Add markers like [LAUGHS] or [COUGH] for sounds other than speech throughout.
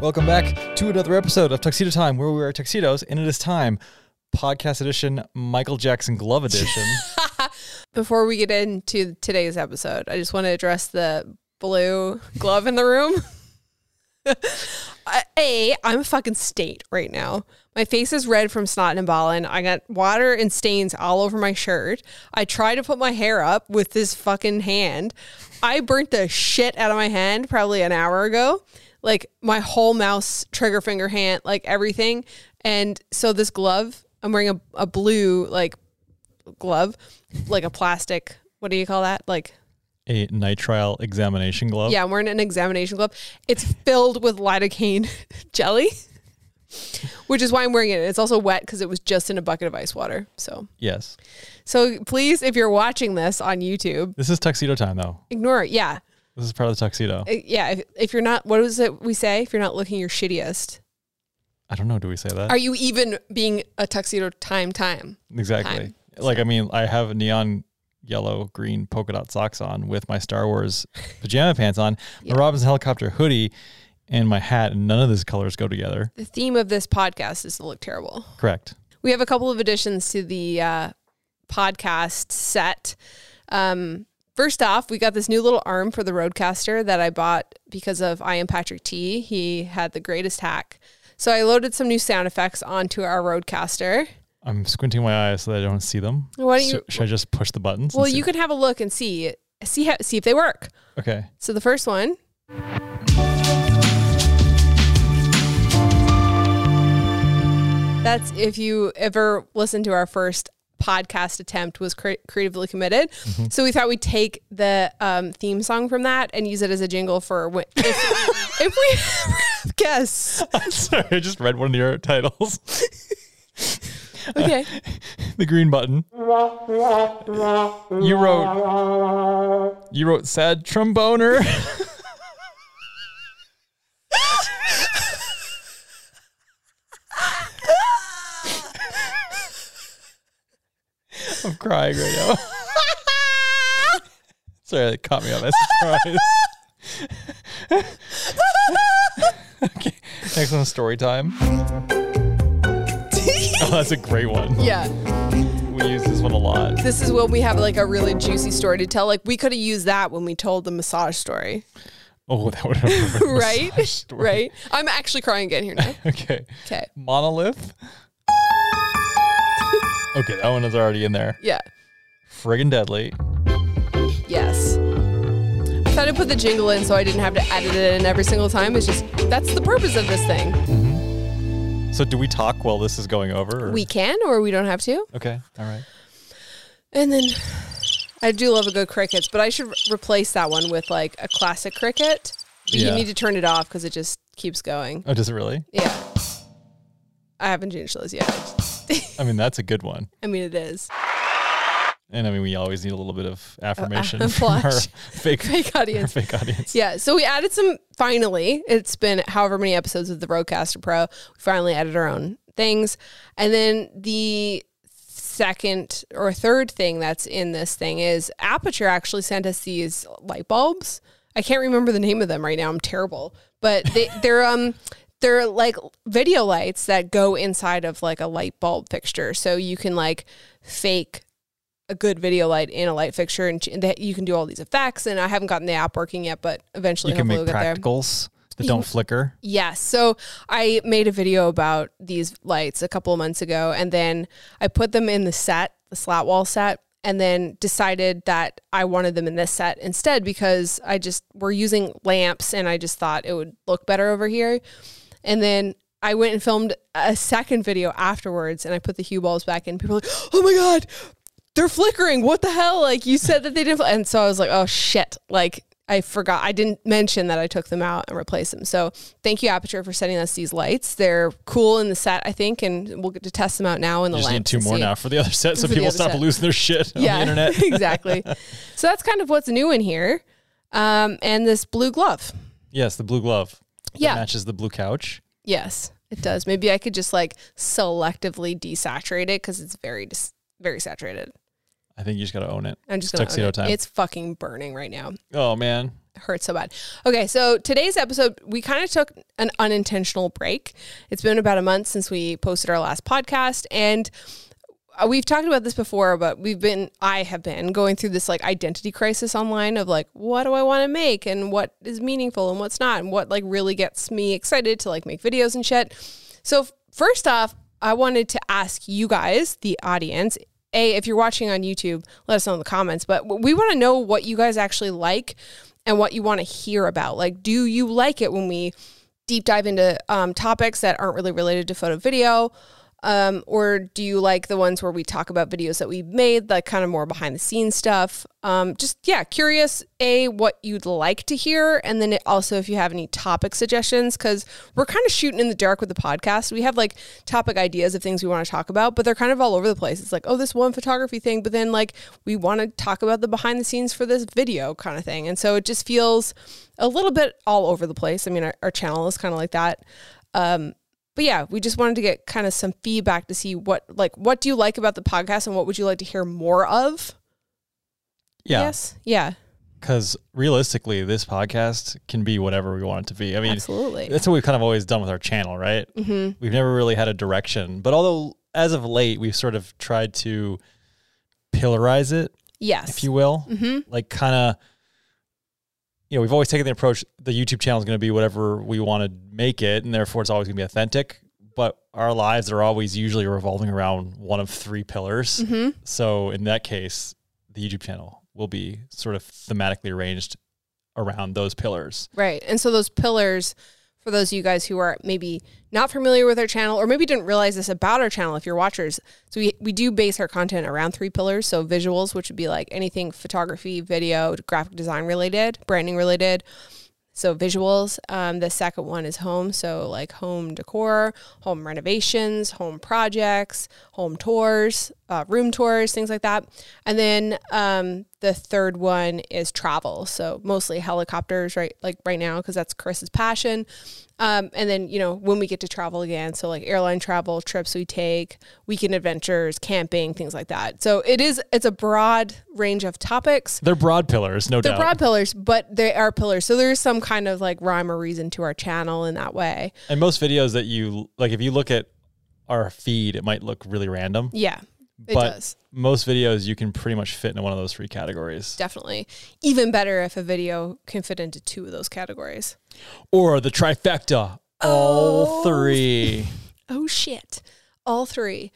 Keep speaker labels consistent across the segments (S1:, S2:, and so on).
S1: Welcome back to another episode of Tuxedo Time, where we wear tuxedos, and it is time, podcast edition, Michael Jackson glove
S2: [LAUGHS]
S1: edition.
S2: Before we get into today's episode, I just want to address the blue glove in the room. [LAUGHS] I- A, I'm a fucking state right now. My face is red from snot and balling. I got water and stains all over my shirt. I tried to put my hair up with this fucking hand. I burnt the shit out of my hand probably an hour ago. Like my whole mouse, trigger finger, hand, like everything. And so this glove, I'm wearing a, a blue like glove, like a plastic, what do you call that? Like
S1: a nitrile examination glove.
S2: yeah, I'm wearing an examination glove. It's filled with lidocaine [LAUGHS] jelly, which is why I'm wearing it. It's also wet because it was just in a bucket of ice water. So,
S1: Yes.
S2: so please, if you're watching this on YouTube,
S1: This is tuxedo time, though.
S2: ignore it. Yeah,
S1: This is part of the tuxedo.
S2: Uh, yeah. If, if you're not, what is it we say? If you're not looking your shittiest,
S1: I don't know. Do we say that?
S2: are you even being a tuxedo time time?
S1: exactly.
S2: time?
S1: Like, I mean, I have neon yellow, green polka dot socks on with my Star Wars pajama pants
S2: [LAUGHS]
S1: on, my Robinson helicopter hoodie, and my hat, and none of those colors go together.
S2: The theme of this podcast is to look terrible.
S1: Correct.
S2: We have a couple of additions to the uh, podcast set. Um, first off, we got this new little arm for the Roadcaster that I bought because of I am Patrick T. He had the greatest hack. So I loaded some new sound effects onto our Roadcaster.
S1: I'm squinting my eyes so that I don't see them.
S2: Why don't
S1: So-
S2: you-
S1: should I just push the buttons? and
S2: Well,
S1: see-
S2: you can have a look and see see how, see if they work.
S1: Okay.
S2: So the first one. That's if you ever listened to our first podcast attempt was cre- creatively committed.
S1: Mm-hmm.
S2: So we thought we'd take the um, theme song from that and use it as a jingle for when, if, if we [LAUGHS] have guests.
S1: [LAUGHS] Sorry, I just read one of your titles.
S2: Okay.
S1: [LAUGHS] the green button. You wrote You wrote sad tromboner. [LAUGHS] I'm crying right now. [LAUGHS] Sorry, that caught me off by surprise. [LAUGHS] okay, next one, story time. Oh, that's a great one.
S2: yeah.
S1: We use this one a lot.
S2: This is when we have like a really juicy story to tell. Like we could have used that when we told the massage story,
S1: Oh, that would have been a
S2: right?
S1: massage [LAUGHS] story.
S2: Right. I'm actually crying again
S1: [LAUGHS]
S2: here now.
S1: Okay.
S2: Okay.
S1: Monolith. okay, that one is already in there.
S2: Yeah.
S1: Friggin' deadly.
S2: Yes. I thought I put the jingle in so I didn't have to edit it in every single time. It's just that's the purpose of this thing.
S1: So do we talk while this is going over? Or?
S2: We can or we don't have to.
S1: Okay. All right.
S2: And then I do love a good crickets, but I should re- replace that one with like a classic cricket. But
S1: Yeah.
S2: You need to turn it off because it just keeps going.
S1: Oh, does it really?
S2: Yeah. I haven't changed those yet.
S1: I mean, that's a good one.
S2: I mean, it is. [LAUGHS]
S1: And I mean, we always need a little bit of
S2: [LAUGHS]
S1: affirmation from our
S2: flash.
S1: [LAUGHS] fake,
S2: Uh, Fake
S1: our [LAUGHS]
S2: audience.
S1: fake audience.
S2: Yeah, so we added some. Finally, it's been however many episodes of the Roadcaster Pro. We finally added our own things, and then the second or third thing that's in this thing is Aperture actually sent us these light bulbs. I can't remember the name of them right now. I'm terrible, but they, [LAUGHS] they're um they're like video lights that go inside of like a light bulb fixture, so you can like fake a good video light and a light fixture, and ch- that you can do all these effects. And I haven't gotten the app working yet, but eventually
S1: You can
S2: hopefully
S1: make
S2: we'll get there.
S1: practicals that don't flicker.
S2: Yes. So I made a video about these lights a couple of months ago, and then I put them in the set, the slat wall set, and then decided that I wanted them in this set instead because I just we're using lamps, and I just thought it would look better over here. And then I went and filmed a second video afterwards, and I put the hue balls back in. People were like, [GASPS] "Oh my god, they're flickering. What the hell? Like you said that they didn't. fl-" And so I was like, oh shit. Like I forgot. I didn't mention that I took them out and replaced them. So thank you, Aperture, for sending us these lights. They're cool in the set, I think, and we'll get to test them out now in the
S1: You just need
S2: lamps
S1: two
S2: and
S1: more
S2: see.
S1: now for the other set so
S2: For the
S1: people
S2: other
S1: stop
S2: set.
S1: losing their shit
S2: [LAUGHS]
S1: on the internet. [LAUGHS]
S2: exactly. So that's kind of what's new in here. Um, and this blue glove.
S1: Yes, the blue glove. That
S2: Yeah.
S1: matches the blue couch.
S2: Yes, it does. Maybe I could just like selectively desaturate it because it's very dis- very saturated.
S1: I think you just got to own it.
S2: I'm just
S1: It's
S2: gonna own
S1: tuxedo
S2: it.
S1: time.
S2: It's fucking burning right now.
S1: Oh man,
S2: hurt so bad. Okay, so today's episode, we kind of took an unintentional break. It's been about a month since we posted our last podcast, and uh, we've talked about this before, but we've been, I have been going through this like identity crisis online of like, what do I want to make and what is meaningful and what's not, and what like really gets me excited to like make videos and shit. So, f- first off, I wanted to ask you guys, the audience, a, if you're watching on YouTube, let us know in the comments. But we want to know what you guys actually like and what you want to hear about. Like, do you like it when we deep dive into um, topics that aren't really related to photo video? Um, or do you like the ones where we talk about videos that we've made, like kind of more behind the scenes stuff? Um, just, yeah, curious, A, what you'd like to hear. And then it also, if you have any topic suggestions, because we're kind of shooting in the dark with the podcast. We have like topic ideas of things we want to talk about, but they're kind of all over the place. It's like, oh, this one photography thing, but then like we want to talk about the behind the scenes for this video kind of thing. And so it just feels a little bit all over the place. I mean, our, our channel is kind of like that. Um, but yeah, we just wanted to get kind of some feedback to see what like what do you like about the podcast and what would you like to hear more of?
S1: Yeah.
S2: Yes. Yeah.
S1: Because realistically, this podcast can be whatever we want it to be. I mean,
S2: absolutely.
S1: that's what we've kind of always done with our channel, right?
S2: mm-hmm.
S1: We've never really had a direction. But although, as of late, we've sort of tried to pillarize it,
S2: Yes.
S1: if you will.
S2: mm-hmm.
S1: like kind of you know we've always taken the approach the youtube channel is going to be whatever we want to make it and therefore it's always going to be authentic but our lives are always usually revolving around one of three pillars
S2: Mm-hmm.
S1: so in that case the youtube channel will be sort of thematically arranged around those pillars
S2: Right. And so those pillars, for those of you guys who are maybe not familiar with our channel or maybe didn't realize this about our channel, if you're watchers, so we, we do base our content around three pillars. So visuals, which would be like anything photography, video, graphic design related, branding related. So visuals. Um, the second one is home. So like home decor, home renovations, home projects, home tours, uh, room tours, things like that. And then um, the third one is travel. So mostly helicopters, right? Like right now, because that's Chris's passion. Um, and then you know when we get to travel again, so like airline travel, trips we take, weekend adventures, camping, things like that. So it is it's a broad range of topics.
S1: they're broad pillars no
S2: They're
S1: doubt
S2: broad pillars, but they are pillars. So there's some kind of like rhyme or reason to our channel in that way.
S1: and most videos that you like if you look at our feed it might look really random
S2: Yeah, it
S1: But-
S2: does.
S1: most videos you can pretty much fit into one of those three categories
S2: Definitely. Even better if a video can fit into two of those categories.
S1: or the trifecta.
S2: Oh.
S1: All three.
S2: Oh shit. All three.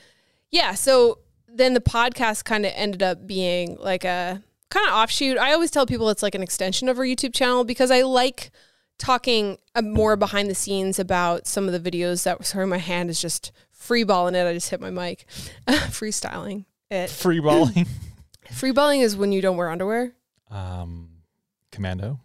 S2: Yeah, so then the podcast kind of ended up being like a kind of offshoot. I always tell people it's like an extension of our YouTube channel because I like talking uh, more behind the scenes about some of the videos that sorry my hand is just freeballing it. I just hit my mic. [LAUGHS] Freestyling it.
S1: Free balling.
S2: Freeballing is when you don't wear underwear.
S1: [LAUGHS] um, commando.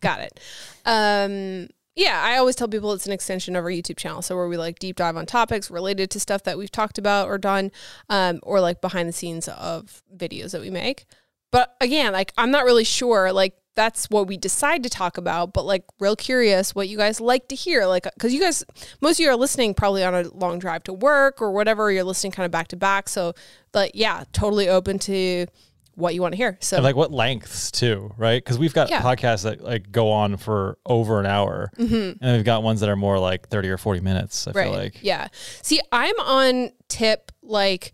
S2: Got it. Um, yeah, I always tell people it's an extension of our YouTube channel. So where we like deep dive on topics related to stuff that we've talked about or done, um, or like behind the scenes of videos that we make. But again, like I'm not really sure. Like that's what we decide to talk about. But like, real curious what you guys like to hear. Like, because you guys, most of you are listening probably on a long drive to work or whatever. You're listening kind of back to back. So, but yeah, totally open to what you want to hear. So
S1: And like what lengths too, right? Because we've got
S2: Yeah.
S1: podcasts that like go on for over an hour, and we've got ones that are more like thirty or forty minutes. I feel like
S2: Mm-hmm. yeah see i'm on tip like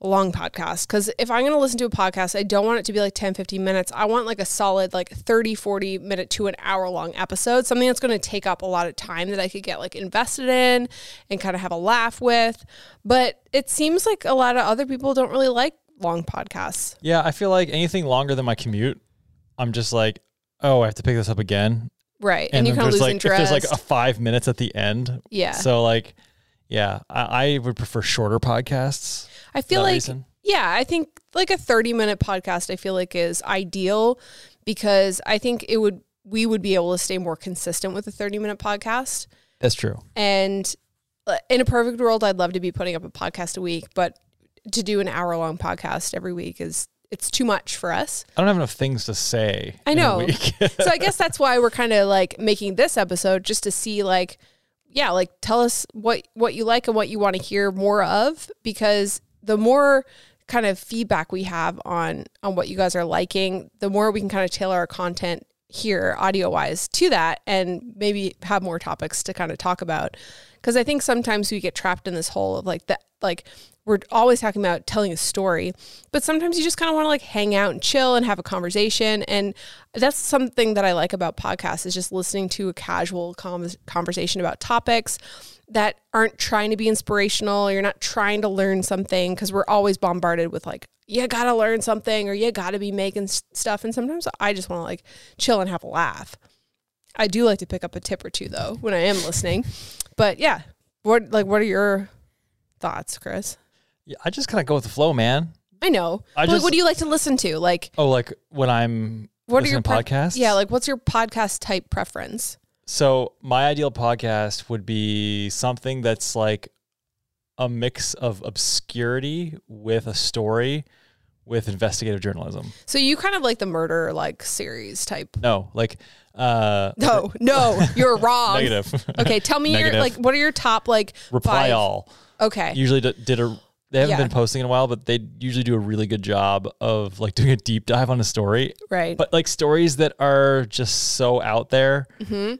S2: long podcast because if i'm going to listen to a podcast i don't want it to be like 10 15 minutes i want like a solid like 30 40 minute to an hour long episode something that's going to take up a lot of time that i could get like invested in and kind of have a laugh with but it seems like a lot of other people don't really like long podcasts
S1: yeah. I feel like anything longer than my commute, I'm just like, oh, I have to pick this up again,
S2: right and, you
S1: then
S2: kind of
S1: there's
S2: lose
S1: like
S2: interest
S1: if there's like a five minutes at the end.
S2: yeah
S1: So like, yeah, I, I would prefer shorter podcasts.
S2: I feel
S1: that
S2: like
S1: reason?
S2: yeah, I think like a 30 minute podcast I feel like is ideal because I think it would we would be able to stay more consistent with a 30 minute podcast
S1: That's true.
S2: and uh, in a perfect world I'd love to be putting up a podcast a week, but to do an hour long podcast every week is it's too much for us.
S1: I don't have enough things to say.
S2: I
S1: in a
S2: know.
S1: week. [LAUGHS]
S2: so I guess that's why we're kind of like making this episode just to see like yeah, like tell us what what you like and what you want to hear more of because the more kind of feedback we have on on what you guys are liking, the more we can kind of tailor our content here audio wise to that and maybe have more topics to kind of talk about because i think sometimes we get trapped in this hole of like that like we're always talking about telling a story but sometimes you just kind of want to like hang out and chill and have a conversation and that's something that i like about podcasts is just listening to a casual com- conversation about topics that aren't trying to be inspirational you're not trying to learn something because we're always bombarded with like you gotta learn something or you gotta be making s- stuff and sometimes i just want to like chill and have a laugh i do like to pick up a tip or two though when i am listening but yeah what like what are your thoughts chris
S1: Yeah, I just kind of go with the flow, man.
S2: i know
S1: I
S2: But, like,
S1: just-
S2: what do you like to listen to like
S1: Oh, like when I'm
S2: what
S1: listening
S2: are your
S1: to podcasts?
S2: yeah like what's your podcast type preference
S1: So my ideal podcast would be something that's like a mix of obscurity with a story with investigative journalism.
S2: so you kind of like the murder like series type
S1: No, like
S2: [LAUGHS]
S1: uh
S2: no
S1: [LAUGHS]
S2: no you're wrong
S1: negative.
S2: okay tell me your
S1: Negative.
S2: like what are your top like
S1: [LAUGHS] Reply
S2: five-
S1: all.
S2: okay
S1: Usually d- did a they haven't
S2: Yeah.
S1: been posting in a while, but they usually do a really good job of like doing a deep dive on a story.
S2: right
S1: But like stories that are just so out there
S2: mm-hmm.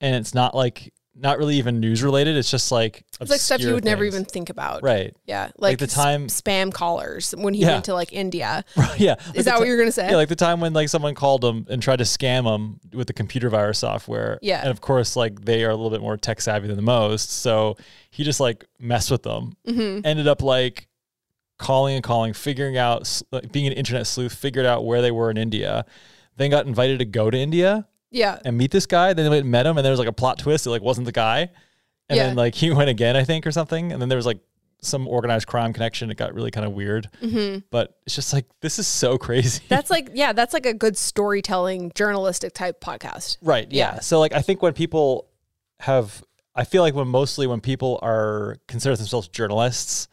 S1: and it's not like not really even news related. It's just like
S2: it's like stuff you
S1: obscure
S2: would never
S1: things.
S2: even think about
S1: right. [LAUGHS]
S2: Yeah,
S1: Like
S2: like,
S1: the
S2: s-
S1: time-
S2: spam callers when he
S1: Yeah.
S2: went to
S1: [LAUGHS]
S2: like India.
S1: yeah.
S2: Is that what you're gonna say?
S1: Yeah, like the time when like someone called them and tried to scam them with the computer virus software.
S2: Yeah.
S1: And of course, like they are a little bit more tech savvy than the most. So he just like messed with them.
S2: Mhm.
S1: Ended up like calling and calling, figuring out, s- like, being an internet sleuth, figured out where they were in India. Then got invited to go to India
S2: Yeah,
S1: and meet this guy. Then they went and met him, and there was like a plot twist. It like wasn't the guy, and
S2: Yeah.
S1: then like he [LAUGHS] went again, I think, or something. And then there was like some organized crime connection. It got really kind of weird. But it's just like this is so [LAUGHS] crazy.
S2: Mm-hmm. that's like yeah, that's like a good storytelling journalistic type podcast.
S1: Right. Yeah.
S2: Yeah.
S1: So like I think when people have I feel like when mostly when people are consider themselves journalists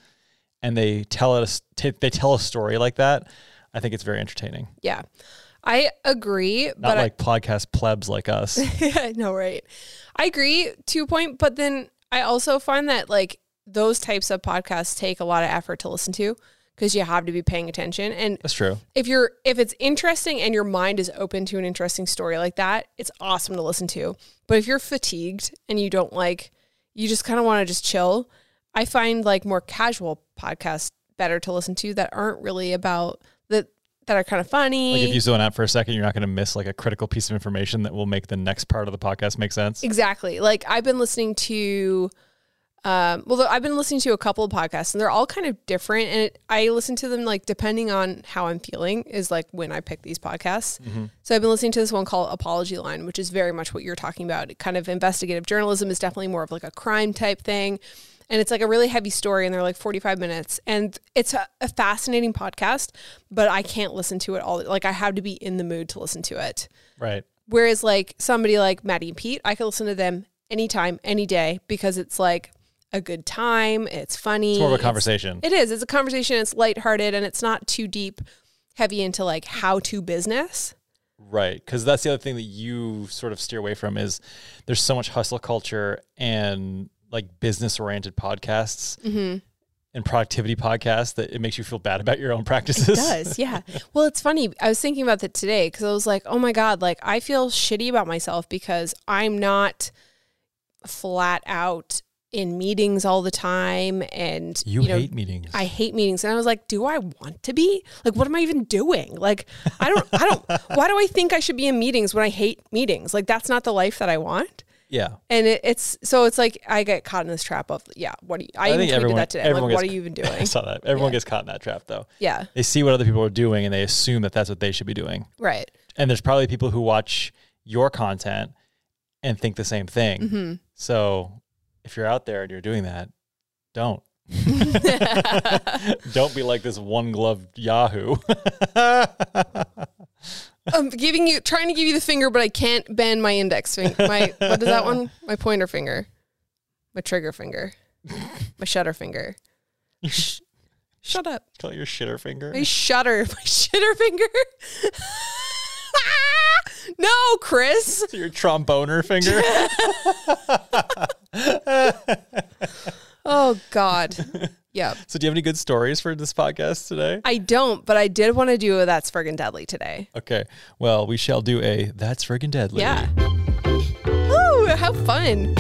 S1: and they tell us t- they tell a story like that, I think it's very entertaining.
S2: Yeah, I agree,
S1: Not
S2: but I-
S1: like podcast plebs like
S2: [LAUGHS]
S1: us.
S2: I know, right? I agree to a point, but then I also find that like those types of podcasts take a lot of effort to listen to because you have to be paying
S1: [LAUGHS]
S2: attention and
S1: That's true.
S2: if you're if it's interesting and your mind is open to an interesting story like that, it's awesome to listen to. But if you're fatigued and you don't like you just kind of want to just chill, I find like more casual podcasts better to listen to that aren't really about that that are kind of funny.
S1: Like if you zone out for a second, you're not going to miss like a critical piece of information that will make the next part of the podcast make sense.
S2: Exactly. Like I've been listening to, um, well, I've been listening to a couple of podcasts, and they're all kind of different. And it, I listen to them like depending on how I'm feeling is like when I pick these podcasts. So I've been listening to this one called Apology Line, which is very much what you're talking about. It kind of investigative journalism is definitely more of like a crime type thing. And it's like a really heavy story, and they're like 45 minutes. And it's a, a fascinating podcast, but I can't listen to it all. Like, I have to be in the mood to listen to it.
S1: Right.
S2: Whereas like somebody like Maddie and Pete, I can listen to them anytime, any day because it's like a good time. It's funny.
S1: It's more of a conversation.
S2: It is. It's a conversation. It's lighthearted and it's not too deep, heavy into like how to business.
S1: Right, because that's the other thing that you sort of steer away from is there's so much hustle culture and like business oriented podcasts
S2: Mm-hmm.
S1: and productivity podcasts that it makes you feel bad about your own practices.
S2: does yeah well it's funny i was thinking about that today because i was like oh my god like i feel shitty about myself because i'm not flat out in meetings all the time and
S1: [LAUGHS] You,
S2: know,
S1: hate meetings.
S2: I hate meetings. And I was like, do I want to be? Like, what am I even doing? Like, I don't, I don't, why do I think I should be in meetings when I hate meetings? Like, that's not the life that I want.
S1: yeah,
S2: And it, it's, so it's like, I get caught in this trap of, yeah, what do you, I,
S1: I
S2: even
S1: think
S2: tweeted
S1: everyone-
S2: that today. I'm
S1: everyone
S2: Like, what are
S1: gets-
S2: you even
S1: [LAUGHS] I
S2: doing?
S1: saw that. Everyone
S2: Yeah.
S1: gets caught in that trap though.
S2: yeah.
S1: They see what other people are doing and they assume that that's what they should be doing.
S2: Right.
S1: And there's probably people who watch your content and think the same thing.
S2: Mm-hmm.
S1: So if you're out there and you're doing that,
S2: [LAUGHS]
S1: don't. don't be like this one gloved Yahoo. [LAUGHS]
S2: I'm giving you, trying to give you the finger, but I can't bend my index finger. My, what is that one? My pointer finger, my
S1: [LAUGHS]
S2: trigger finger, my shutter finger. Shh. Shut up.
S1: Call your shitter finger. [LAUGHS]
S2: My shutter, [LAUGHS] my shitter finger. no, Chris.
S1: your tromboner
S2: [LAUGHS]
S1: finger.
S2: Oh God. [LAUGHS] Yeah.
S1: So, do you have any good stories for this podcast today?
S2: I don't, but I did want to do a That's Friggin' Deadly today.
S1: Okay. Well, we shall do a That's Friggin' Deadly.
S2: Yeah. Ooh, how fun.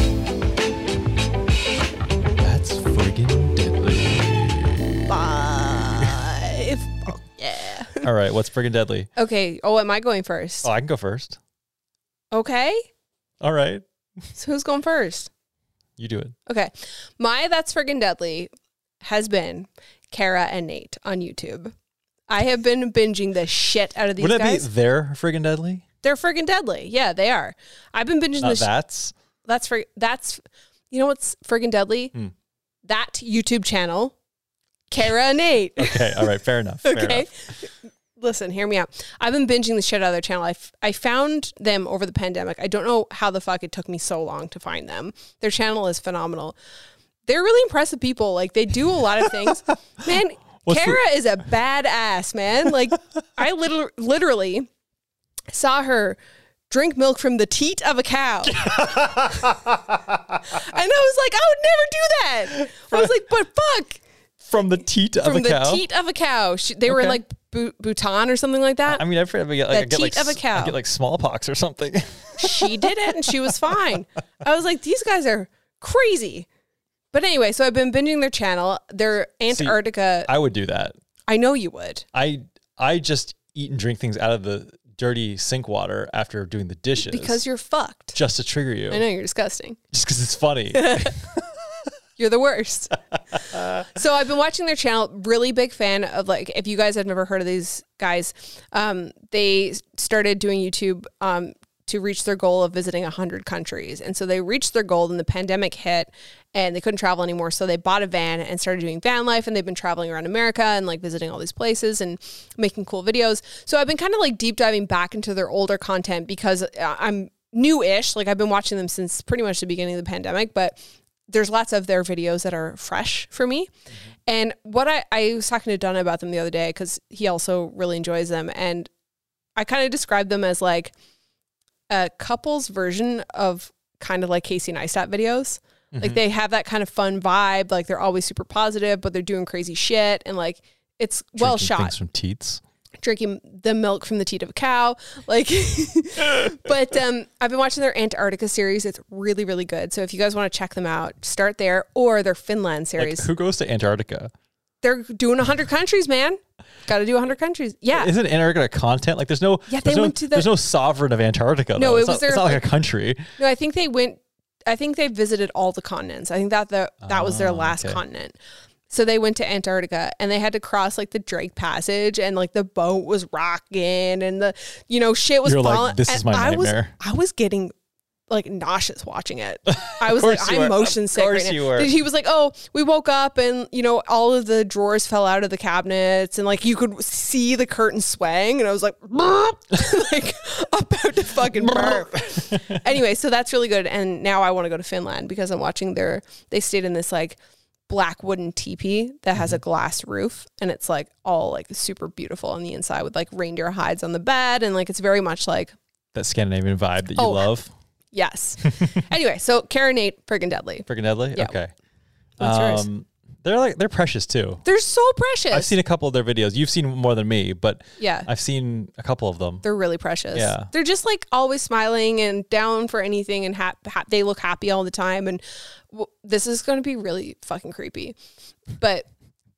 S1: That's Friggin' Deadly.
S2: Five. Oh, [LAUGHS] yeah.
S1: All right. What's Friggin' Deadly?
S2: Okay. Oh, am I going first?
S1: Oh, I can go first.
S2: Okay.
S1: All right.
S2: So who's going first?
S1: You do it.
S2: Okay. My That's Friggin' Deadly has been Kara and Nate on YouTube. I have been binging the shit out of these
S1: Wouldn't that
S2: guys.
S1: be their Friggin' Deadly?
S2: They're friggin' deadly. Yeah, they are. I've been binging
S1: Not
S2: this.
S1: that's.
S2: that's for that's you know what's friggin' deadly?
S1: Hmm.
S2: That YouTube channel, Kara and Nate.
S1: [LAUGHS] Okay. All right. Fair enough. [LAUGHS] Fair
S2: [LAUGHS] okay.
S1: enough.
S2: Listen, hear me out. I've been binging the shit out of their channel. I, f- I found them over the pandemic. I don't know how the fuck it took me so long to find them. Their channel is phenomenal. They're really impressive people. Like they do a lot
S1: [LAUGHS]
S2: of things. man,
S1: What's the-
S2: Kara is a badass, man. Like I literally, literally saw her drink milk from the teat of
S1: [LAUGHS]
S2: a cow. and I was like, I would never do that. I was like, but fuck
S1: From the teat of
S2: from
S1: a
S2: the
S1: cow.
S2: teat of a cow. She, they were in
S1: Okay.
S2: like Bu- Bhutan or something
S1: [LAUGHS]
S2: like that.
S1: I mean, I forget. I get, like,
S2: The
S1: I get, like,
S2: teat of a
S1: s-
S2: cow.
S1: I get like smallpox or something. [LAUGHS]
S2: she did it and she was fine. I was like, these guys are crazy. But anyway, so I've been binging their channel. Their Antarctica.
S1: I would do that.
S2: I know you would.
S1: I I just eat and drink things out of the dirty sink water after doing the dishes
S2: Because you're fucked.
S1: just to trigger you,
S2: I know you're disgusting.
S1: just because it's
S2: [LAUGHS]
S1: funny.
S2: You're the worst. [LAUGHS] so I've been watching their channel. Really big fan of like if you guys have never heard of these guys, um, they started doing YouTube um, to reach their goal of visiting hundred countries, and so they reached their goal. And the pandemic hit, and they couldn't travel anymore. So they bought a van and started doing van life, and they've been traveling around America and like visiting all these places and making cool videos. So I've been kind of like deep diving back into their older content because uh, I'm new-ish. Like I've been watching them since pretty much the beginning of the pandemic, but there's lots of their videos that are fresh for me.
S1: Mm-hmm.
S2: And what I, I was talking to Donna about them the other day because he also really enjoys them. And I kind of described them as like a couple's version of kind of like Casey Neistat videos.
S1: Mm-hmm.
S2: Like they have that kind of fun vibe. Like they're always super positive, but they're doing crazy shit. And like it's well
S1: Drinking
S2: shot
S1: Things from teats.
S2: drinking the milk from the teat of a cow like [LAUGHS] but um i've been watching their antarctica series it's really really good so if you guys want to check them out start there or their finland
S1: Like,
S2: series
S1: who goes to Antarctica?
S2: they're doing 100 countries man gotta do 100 countries
S1: [LAUGHS]
S2: yeah
S1: Isn't Antarctica content? Like, there's no.
S2: Yeah, they
S1: there's no,
S2: went to the-
S1: There's no sovereign of Antarctica.
S2: No,
S1: though.
S2: it
S1: it's
S2: was
S1: not,
S2: their,
S1: It's not like a country.
S2: no i think they went i think they visited all the continents i think that the, that was their last
S1: Ah, okay.
S2: continent so they went to Antarctica and they had to cross like the Drake Passage and like the boat was rocking and the you know shit was
S1: You're like,
S2: falling.
S1: "This is
S2: and
S1: my
S2: I was-
S1: nightmare."
S2: I was getting like nauseous
S1: [LAUGHS]
S2: watching it. I was
S1: course
S2: like,
S1: you
S2: I'm
S1: were.
S2: motion
S1: Of
S2: sick.
S1: course
S2: right
S1: you
S2: now.
S1: were.
S2: He was like, Oh, we woke up and you know, all of the drawers fell out of the cabinets and like you could see the curtain swaying and I was like, [LAUGHS] "Burp," like about to
S1: [LAUGHS]
S2: fucking burp. anyway, so that's really good. And now I want to go to Finland because I'm watching their they stayed in this like black wooden teepee that
S1: Mm-hmm.
S2: has a glass roof and it's like all like super beautiful on the inside with like reindeer hides on the bed and like it's very much like
S1: That Scandinavian vibe that you
S2: Oh.
S1: love.
S2: Yes. [LAUGHS] anyway, so Karen Nate, friggin' deadly.
S1: Friggin' Deadly.
S2: Yeah.
S1: Okay.
S2: What's yours?
S1: They're like they're precious too.
S2: They're so precious.
S1: Um, I've seen a couple of their videos. You've seen more than me, but
S2: yeah.
S1: I've seen a couple of them.
S2: they're really precious.
S1: Yeah.
S2: They're just like always smiling and down for anything and ha- ha- they look happy all the time and w- this is going to be really fucking creepy. But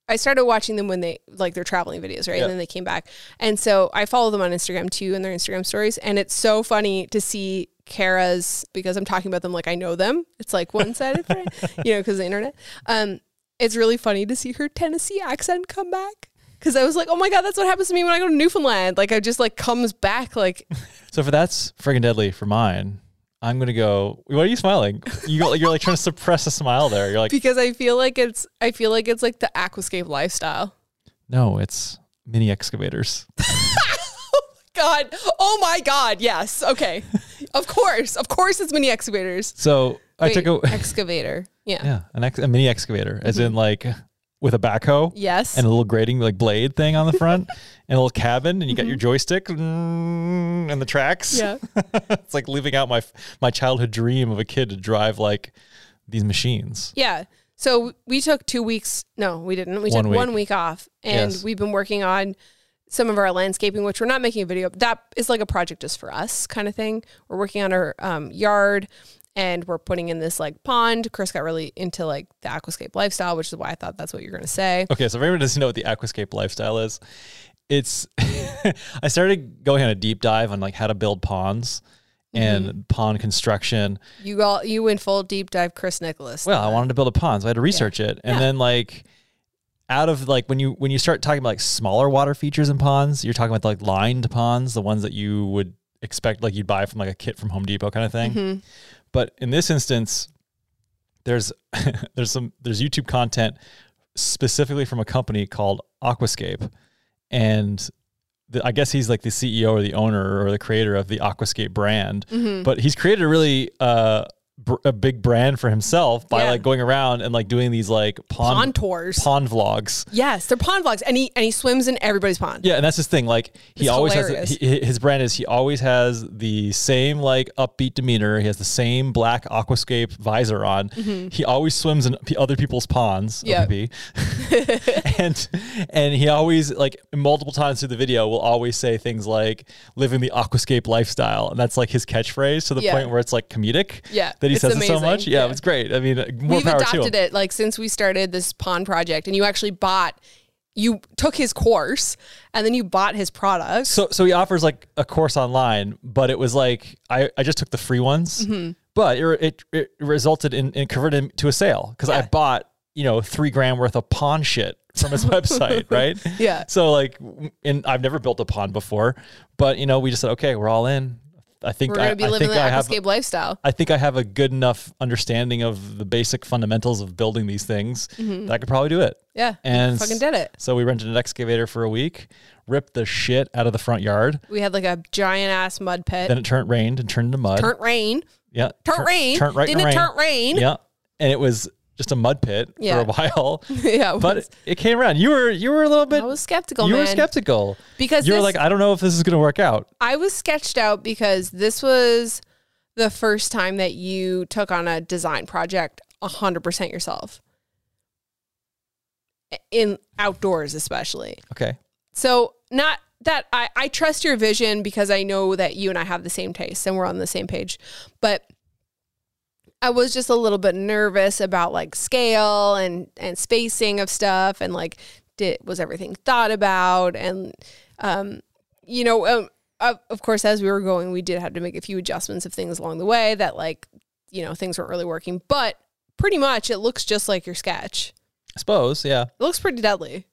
S2: I started watching them when they like their traveling videos, right?
S1: Yeah.
S2: And then they came back. And so I follow them on Instagram too and their Instagram stories and it's so funny to see Kara's because I'm talking about them like I know them. It's like one-sided,
S1: [LAUGHS]
S2: right? you know, cuz the internet. Um it's really funny to see her Tennessee accent come back. Cause I was like, oh my god, that's what happens to me when I go to Newfoundland. Like I just like comes back like
S1: So for that's friggin' deadly for mine. I'm gonna go. Why are you smiling? You got, you're like trying to suppress a smile there. You're like,
S2: because I feel like it's I feel like it's like the aquascape lifestyle.
S1: no, it's mini excavators.
S2: God, oh my God, yes,
S1: [LAUGHS]
S2: okay, of course, of course, it's mini excavators.
S1: So I took
S2: Wait,
S1: a
S2: excavator. Yeah.
S1: yeah an ex, a mini excavator, as in like with a backhoe
S2: Mm-hmm. Yes.
S1: and a little grating like blade thing on the
S2: [LAUGHS]
S1: front, and a little cabin, and you got your joystick mm, and the tracks.
S2: Mm-hmm. yeah.
S1: it's like living out my my childhood dream of a kid to drive like these machines.
S2: Yeah. So we took two weeks. No, we didn't. We
S1: One
S2: took
S1: week.
S2: one week off, and
S1: Yes.
S2: we've been working on some of our landscaping, which we're not making a video. That is like a project just for us, kind of thing. We're working on our um, yard, and we're putting in this like pond. Chris got really into like the aquascape lifestyle, which is why I thought that's what you're gonna say.
S1: Okay, so if anyone doesn't know what the aquascape lifestyle is, it's [LAUGHS] I started going on a deep dive on like how to build ponds
S2: Mm-hmm.
S1: and pond construction.
S2: You all you went full deep dive, Chris Nicholas.
S1: Well, I wanted to build a pond, so I had to research it. And
S2: Yeah.
S1: then like out of like when you when you start talking about like smaller water features in ponds, you're talking about like lined ponds, the ones that you would expect like you'd buy from like a kit from Home Depot kind of thing.
S2: Mm-hmm.
S1: But in this instance, there's [LAUGHS] there's some there's YouTube content specifically from a company called Aquascape, and the, I guess he's like the CEO or the owner or the creator of the Aquascape brand. But he's created a really uh, br- a big brand for himself by
S2: Yeah.
S1: like going around and like doing these like
S2: pond
S1: pond
S2: tours.
S1: pond vlogs.
S2: Yes, they're pond vlogs, and he and he swims in everybody's pond.
S1: Yeah, and that's his thing. Like he
S2: It's
S1: always
S2: hilarious.
S1: has he, his brand is he always has the same like upbeat demeanor. He has the same black aquascape visor on.
S2: Mm-hmm.
S1: He always swims in p- other people's ponds.
S2: Yeah.
S1: OPP. [LAUGHS] and and he always like multiple times through the video will always say things like living the aquascape lifestyle, and that's like his catchphrase to the
S2: Yeah.
S1: point where it's like comedic.
S2: Yeah,
S1: that he
S2: it's
S1: says it so
S2: amazing.
S1: much. Yeah,
S2: Yeah.
S1: it's great. I mean, uh, more
S2: We've
S1: power to him.
S2: adopted it like since we started this pond project, and you actually bought, you took his course, and then you bought his products.
S1: So so he offers like a course online, but it was like I, I just took the free ones,
S2: Mm-hmm.
S1: but it, it it resulted in, in converted him to a sale because I bought you know three grand worth of pawn shit from his [LAUGHS] website, right?
S2: [LAUGHS] Yeah.
S1: So like, and I've never built a pawn before, but you know we just said okay, we're all in. I think
S2: We're
S1: I,
S2: gonna be
S1: I
S2: living
S1: think
S2: the
S1: I have
S2: aquascape lifestyle.
S1: I think I have a good enough understanding of the basic fundamentals of building these things that I could probably do it.
S2: Mm-hmm. Yeah, we
S1: And
S2: fucking did it.
S1: So we rented an excavator for a week, ripped the shit out of the front yard.
S2: We had like a giant ass mud pit.
S1: Then it turned rained and turned into mud.
S2: Turnt rain. [LAUGHS]
S1: yeah,
S2: Turnt
S1: Turn-
S2: rain.
S1: turned right into
S2: Didn't it turnt rain?
S1: Yeah, and it was just a mud pit
S2: Yeah.
S1: for a while,
S2: yeah [LAUGHS] it
S1: but
S2: was-
S1: it, came around. You were you were a little bit
S2: I was skeptical,
S1: you
S2: man.
S1: were skeptical
S2: because
S1: You were
S2: this-
S1: like, I don't know if this is going to work out.
S2: I was sketched out because this was the first time that you took on a design project 100% yourself in outdoors especially.
S1: Okay,
S2: So not that I, I trust your vision because I know that you and I have the same tastes and we're on the same page. But I was just a little bit nervous about like scale and and spacing of stuff and like did was everything thought about and um you know um, of, of course as we were going we did have to make a few adjustments of things along the way that like you know things weren't really working but pretty much it looks just like your sketch.
S1: I suppose. Yeah,
S2: It looks pretty deadly.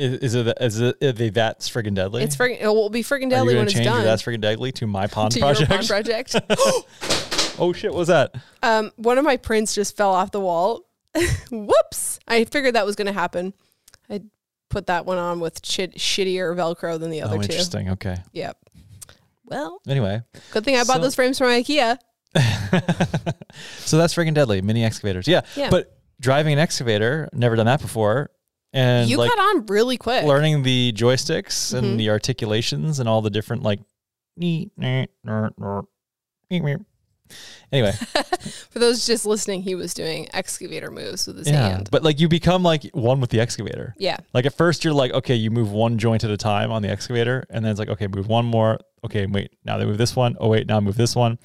S1: is, is it is it, is it that's friggin' deadly?
S2: It's friggin' it will be friggin'
S1: Are you
S2: deadly
S1: gonna
S2: when it's
S1: change your
S2: done.
S1: that's friggin' deadly to my pond
S2: [LAUGHS] to
S1: project?
S2: your pond project.
S1: [LAUGHS] oh shit, what was that?
S2: um, one of my prints just fell off the wall. [LAUGHS] Whoops! I figured that was going to happen. I put that one on with shit, shittier Velcro than the other
S1: oh,
S2: two.
S1: interesting. Okay.
S2: Yep. Well,
S1: Anyway, [LAUGHS]
S2: good thing I bought
S1: So-
S2: those frames from IKEA.
S1: so that's friggin' deadly. Mini excavators. Yeah.
S2: Yeah.
S1: But driving an excavator, never done that before, and
S2: you Mm-hmm.
S1: like
S2: got on really quick.
S1: learning the joysticks and the articulations and all the different like. Anyway,
S2: [LAUGHS] For those just listening, he was doing excavator moves with his
S1: yeah.
S2: hand.
S1: But like you become like one with the excavator.
S2: Yeah.
S1: Like at first you're like, okay, you move one joint at a time on the excavator, and then it's like, okay, move one more. Okay, wait, now they move this one. Oh wait, now move this one.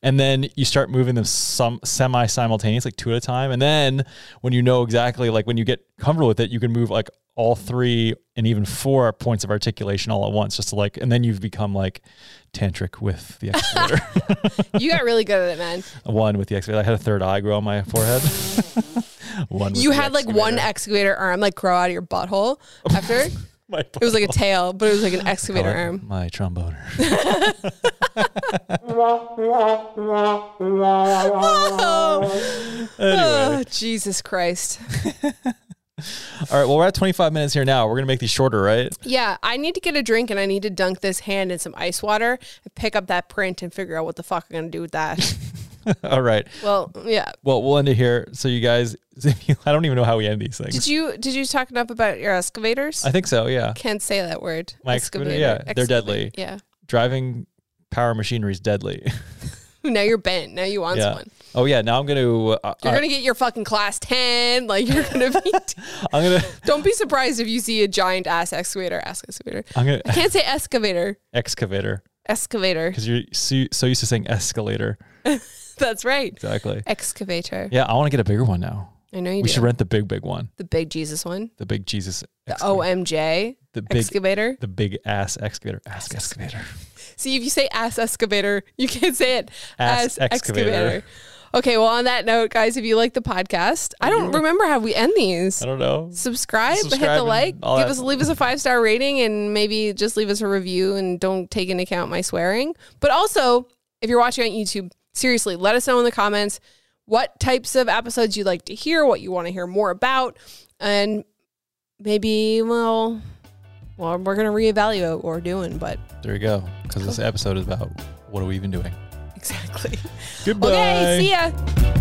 S1: And then you start moving them some semi simultaneous, like two at a time. And then when you know exactly, like when you get comfortable with it, you can move like all three and even four points of articulation all at once, just to like, and then you've become like tantric with the excavator,
S2: You got really good at it, man.
S1: one with the excavator. I had a third eye grow on my forehead. one. [LAUGHS] With
S2: You
S1: the
S2: had like one
S1: excavator.
S2: excavator arm like grow out of your butthole after. it
S1: My
S2: was like a tail, but it was
S1: [LAUGHS]
S2: like an excavator arm.
S1: My tromboner.
S2: Oh, Jesus Christ.
S1: All right, well, we're at 25 minutes here now. We're going to make these shorter, right? [LAUGHS]
S2: Yeah, I need to get a drink and I need to dunk this hand in some ice water and pick up that print and figure out what the fuck I'm gonna do with that.
S1: All right.
S2: well, yeah.
S1: Well, we'll end it here. So, you guys, [LAUGHS] if you, I don't even know how we end these things.
S2: Did you did you talk enough about your excavators?
S1: I think so, yeah.
S2: Can't say that word.
S1: My excavator, yeah, they're
S2: Excavator.
S1: deadly.
S2: Yeah.
S1: Driving power machinery is deadly.
S2: [LAUGHS]
S1: [LAUGHS]
S2: now you're bent. Now you want
S1: yeah.
S2: someone.
S1: Oh yeah. Now I'm gonna. Uh,
S2: You're gonna get your fucking class ten. [LAUGHS] Like you're gonna be.
S1: I'm gonna.
S2: [LAUGHS] Don't be surprised if you see a giant ass excavator. Ass
S1: [LAUGHS]
S2: excavator.
S1: I'm gonna
S2: I can't say excavator.
S1: excavator
S2: Excavator. [LAUGHS]
S1: because you're so, so used to saying escalator.
S2: That's right.
S1: Exactly.
S2: Excavator.
S1: Yeah. I want to get a bigger one now.
S2: I know you
S1: We
S2: do.
S1: should rent the big, big one.
S2: the big Jesus one.
S1: The big Jesus.
S2: The
S1: excavator.
S2: OMJ
S1: The big.
S2: excavator.
S1: the big ass excavator. Ass excavator.
S2: See, if you say ass excavator, you can't say it.
S1: Ass excavator.
S2: Okay, well, on that note, guys, if you like the podcast, I don't remember how we end these.
S1: Mm-hmm. I don't know.
S2: Subscribe, hit
S1: Subscribe
S2: the
S1: and
S2: like, give
S1: all that.
S2: us leave us a five star rating, and maybe just leave us a review and don't take into account my swearing. But also, if you're watching on YouTube, seriously, let us know in the comments what types of episodes you'd like to hear, what you want to hear more about, and maybe well, well, we're gonna reevaluate what we're doing, but [LAUGHS]
S1: There you go. Because this episode is about what are we even doing?
S2: exactly.
S1: Goodbye.
S2: Okay, see ya.